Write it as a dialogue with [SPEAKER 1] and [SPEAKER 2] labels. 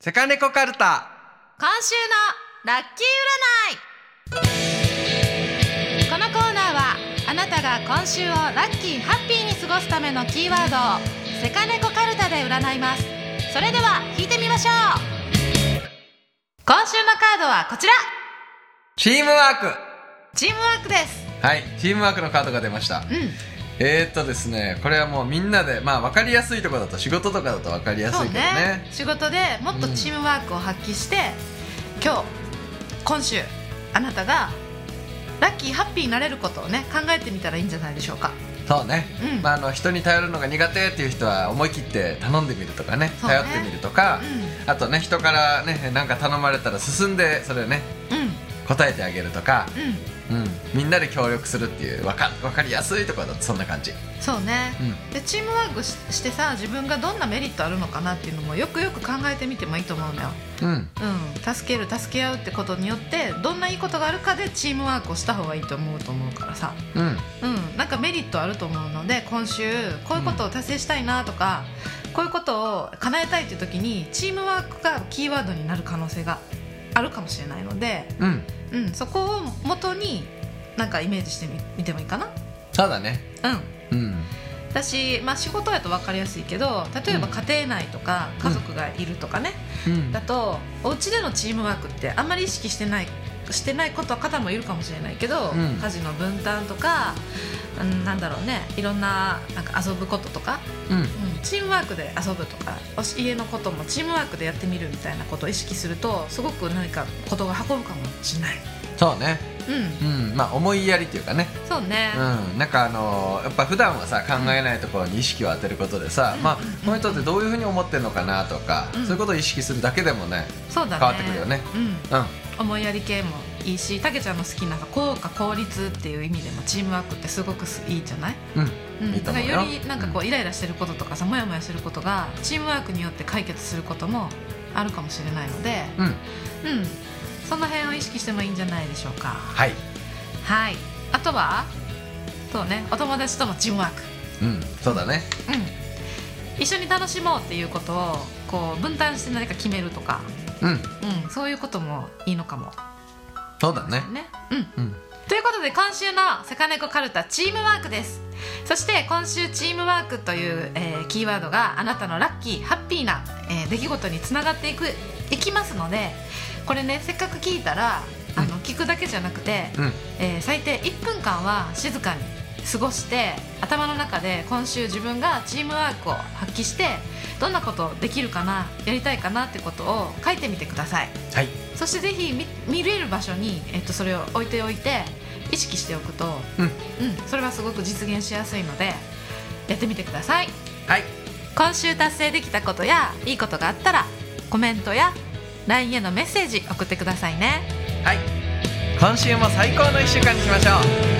[SPEAKER 1] セカネコカルタ
[SPEAKER 2] 今週のラッキー占いこのコーナーはあなたが今週をラッキーハッピーに過ごすためのキーワードをセカネコカルタで占いますそれでは引いてみましょう今週のカードはこちら
[SPEAKER 1] チームワーク
[SPEAKER 2] チームワークです
[SPEAKER 1] はいチームワークのカードが出ました
[SPEAKER 2] うん
[SPEAKER 1] えー、っとですねこれはもうみんなでまあ分かりやすいとこだと仕事とかだと分かりやすい
[SPEAKER 2] そう
[SPEAKER 1] けど
[SPEAKER 2] ね
[SPEAKER 1] ね
[SPEAKER 2] 仕事でもっとチームワークを発揮して、今日今週あなたがラッキーハッピーになれることをね考えてみたらいいんじゃないでしょうか
[SPEAKER 1] そうね、
[SPEAKER 2] うん
[SPEAKER 1] まあ、あの人に頼るのが苦手っていう人は思い切って頼んでみるとかね
[SPEAKER 2] そうね
[SPEAKER 1] 頼ってみるとか、
[SPEAKER 2] う
[SPEAKER 1] あとね人からねなんか頼まれたら進んでそれをね
[SPEAKER 2] うんうん
[SPEAKER 1] 答えてあげるとか、
[SPEAKER 2] うん
[SPEAKER 1] うん、みんなで協力するっていうわか分かりやすいところだとそんな感じ、
[SPEAKER 2] そうね
[SPEAKER 1] うん、
[SPEAKER 2] でチームワークししてさ自分がどんなメリットあるのかなっていうのもよくよく考えてみてもいいと思うのよ、
[SPEAKER 1] うん、
[SPEAKER 2] うん、助ける助け合うってことによってどんないいことがあるかでチームワークをした方がいいと思うと思うからさ、
[SPEAKER 1] うん、
[SPEAKER 2] うん、なんかメリットあると思うので今週こういうことを達成したいなとか、こういうことを叶えたいっていう時にチームワークがキーワードになる可能性があるかもしれないので、
[SPEAKER 1] うん、
[SPEAKER 2] うん、そこを元になんかイメージしてみ見てもいいかな
[SPEAKER 1] そうだね、
[SPEAKER 2] うん
[SPEAKER 1] うん、
[SPEAKER 2] 私、まあ、仕事やと分かりやすいけど例えば
[SPEAKER 1] うん
[SPEAKER 2] 家庭内とか家族がいるとかね、
[SPEAKER 1] うん
[SPEAKER 2] だとお家でのチームワークってあんまり意識してないしてないことは方もいるかもしれないけど、
[SPEAKER 1] うん
[SPEAKER 2] 家事の分担とか、うん、なんだろうねいろんななんか遊ぶこととか、
[SPEAKER 1] うん
[SPEAKER 2] うんチームワークで遊ぶとかおし家のこともチームワークでやってみるみたいなことを意識するとすごく何かことが運ぶかもしれない。
[SPEAKER 1] そうね、
[SPEAKER 2] うん
[SPEAKER 1] うん、まあ思いやりっていうかね、
[SPEAKER 2] そうね、
[SPEAKER 1] うん、なんかあのーやっぱ普段はさ考えないところに意識を当てることでさ、
[SPEAKER 2] うん
[SPEAKER 1] まあこの人ってどういうふうに思ってるのかなとか、
[SPEAKER 2] うん
[SPEAKER 1] そういうことを意識するだけでもね、
[SPEAKER 2] そうだね
[SPEAKER 1] 変わってくるよね
[SPEAKER 2] うん
[SPEAKER 1] うん、
[SPEAKER 2] 思いやり系もいいしたけちゃんの好きなさ効果効率っていう意味でもチームワークってすごくすいいじゃない、
[SPEAKER 1] うん、
[SPEAKER 2] うん、
[SPEAKER 1] いいと思うよ
[SPEAKER 2] だからよりなんかこうイライラしてることとかさモヤモヤしてることがチームワークによって解決することもあるかもしれないので
[SPEAKER 1] うん、
[SPEAKER 2] うんその辺を意識してもいいんじゃないでしょうか
[SPEAKER 1] はい、
[SPEAKER 2] はいあとはそうねお友達とのチームワーク
[SPEAKER 1] うん、そうだね、
[SPEAKER 2] うん一緒に楽しもうっていうことをこう分担して何か決めるとか、
[SPEAKER 1] うん、
[SPEAKER 2] うん、そういうこともいいのかも
[SPEAKER 1] そうだね、
[SPEAKER 2] ねうん
[SPEAKER 1] うん、
[SPEAKER 2] ということで今週の「セカネコカルタ」チームワークですそして今週チームワークという、えーキーワードがあなたのラッキーハッピーな、えー出来事につながっていくいきますのでこれねせっかく聞いたらあの聞くだけじゃなくて、
[SPEAKER 1] うん、
[SPEAKER 2] えー最低1分間は静かに過ごして頭の中で今週自分がチームワークを発揮してどんなことできるかなやりたいかなってことを書いてみてください
[SPEAKER 1] はい、
[SPEAKER 2] そしてぜひ見見れる場所に、えっと、それを置いておいて意識しておくと、
[SPEAKER 1] うん、
[SPEAKER 2] うん、それはすごく実現しやすいのでやってみてください
[SPEAKER 1] はい、
[SPEAKER 2] 今週達成できたことやいいことがあったらコメントや LINE へのメッセージ送ってくださいね
[SPEAKER 1] はい、今週も最高の一週間にしましょう。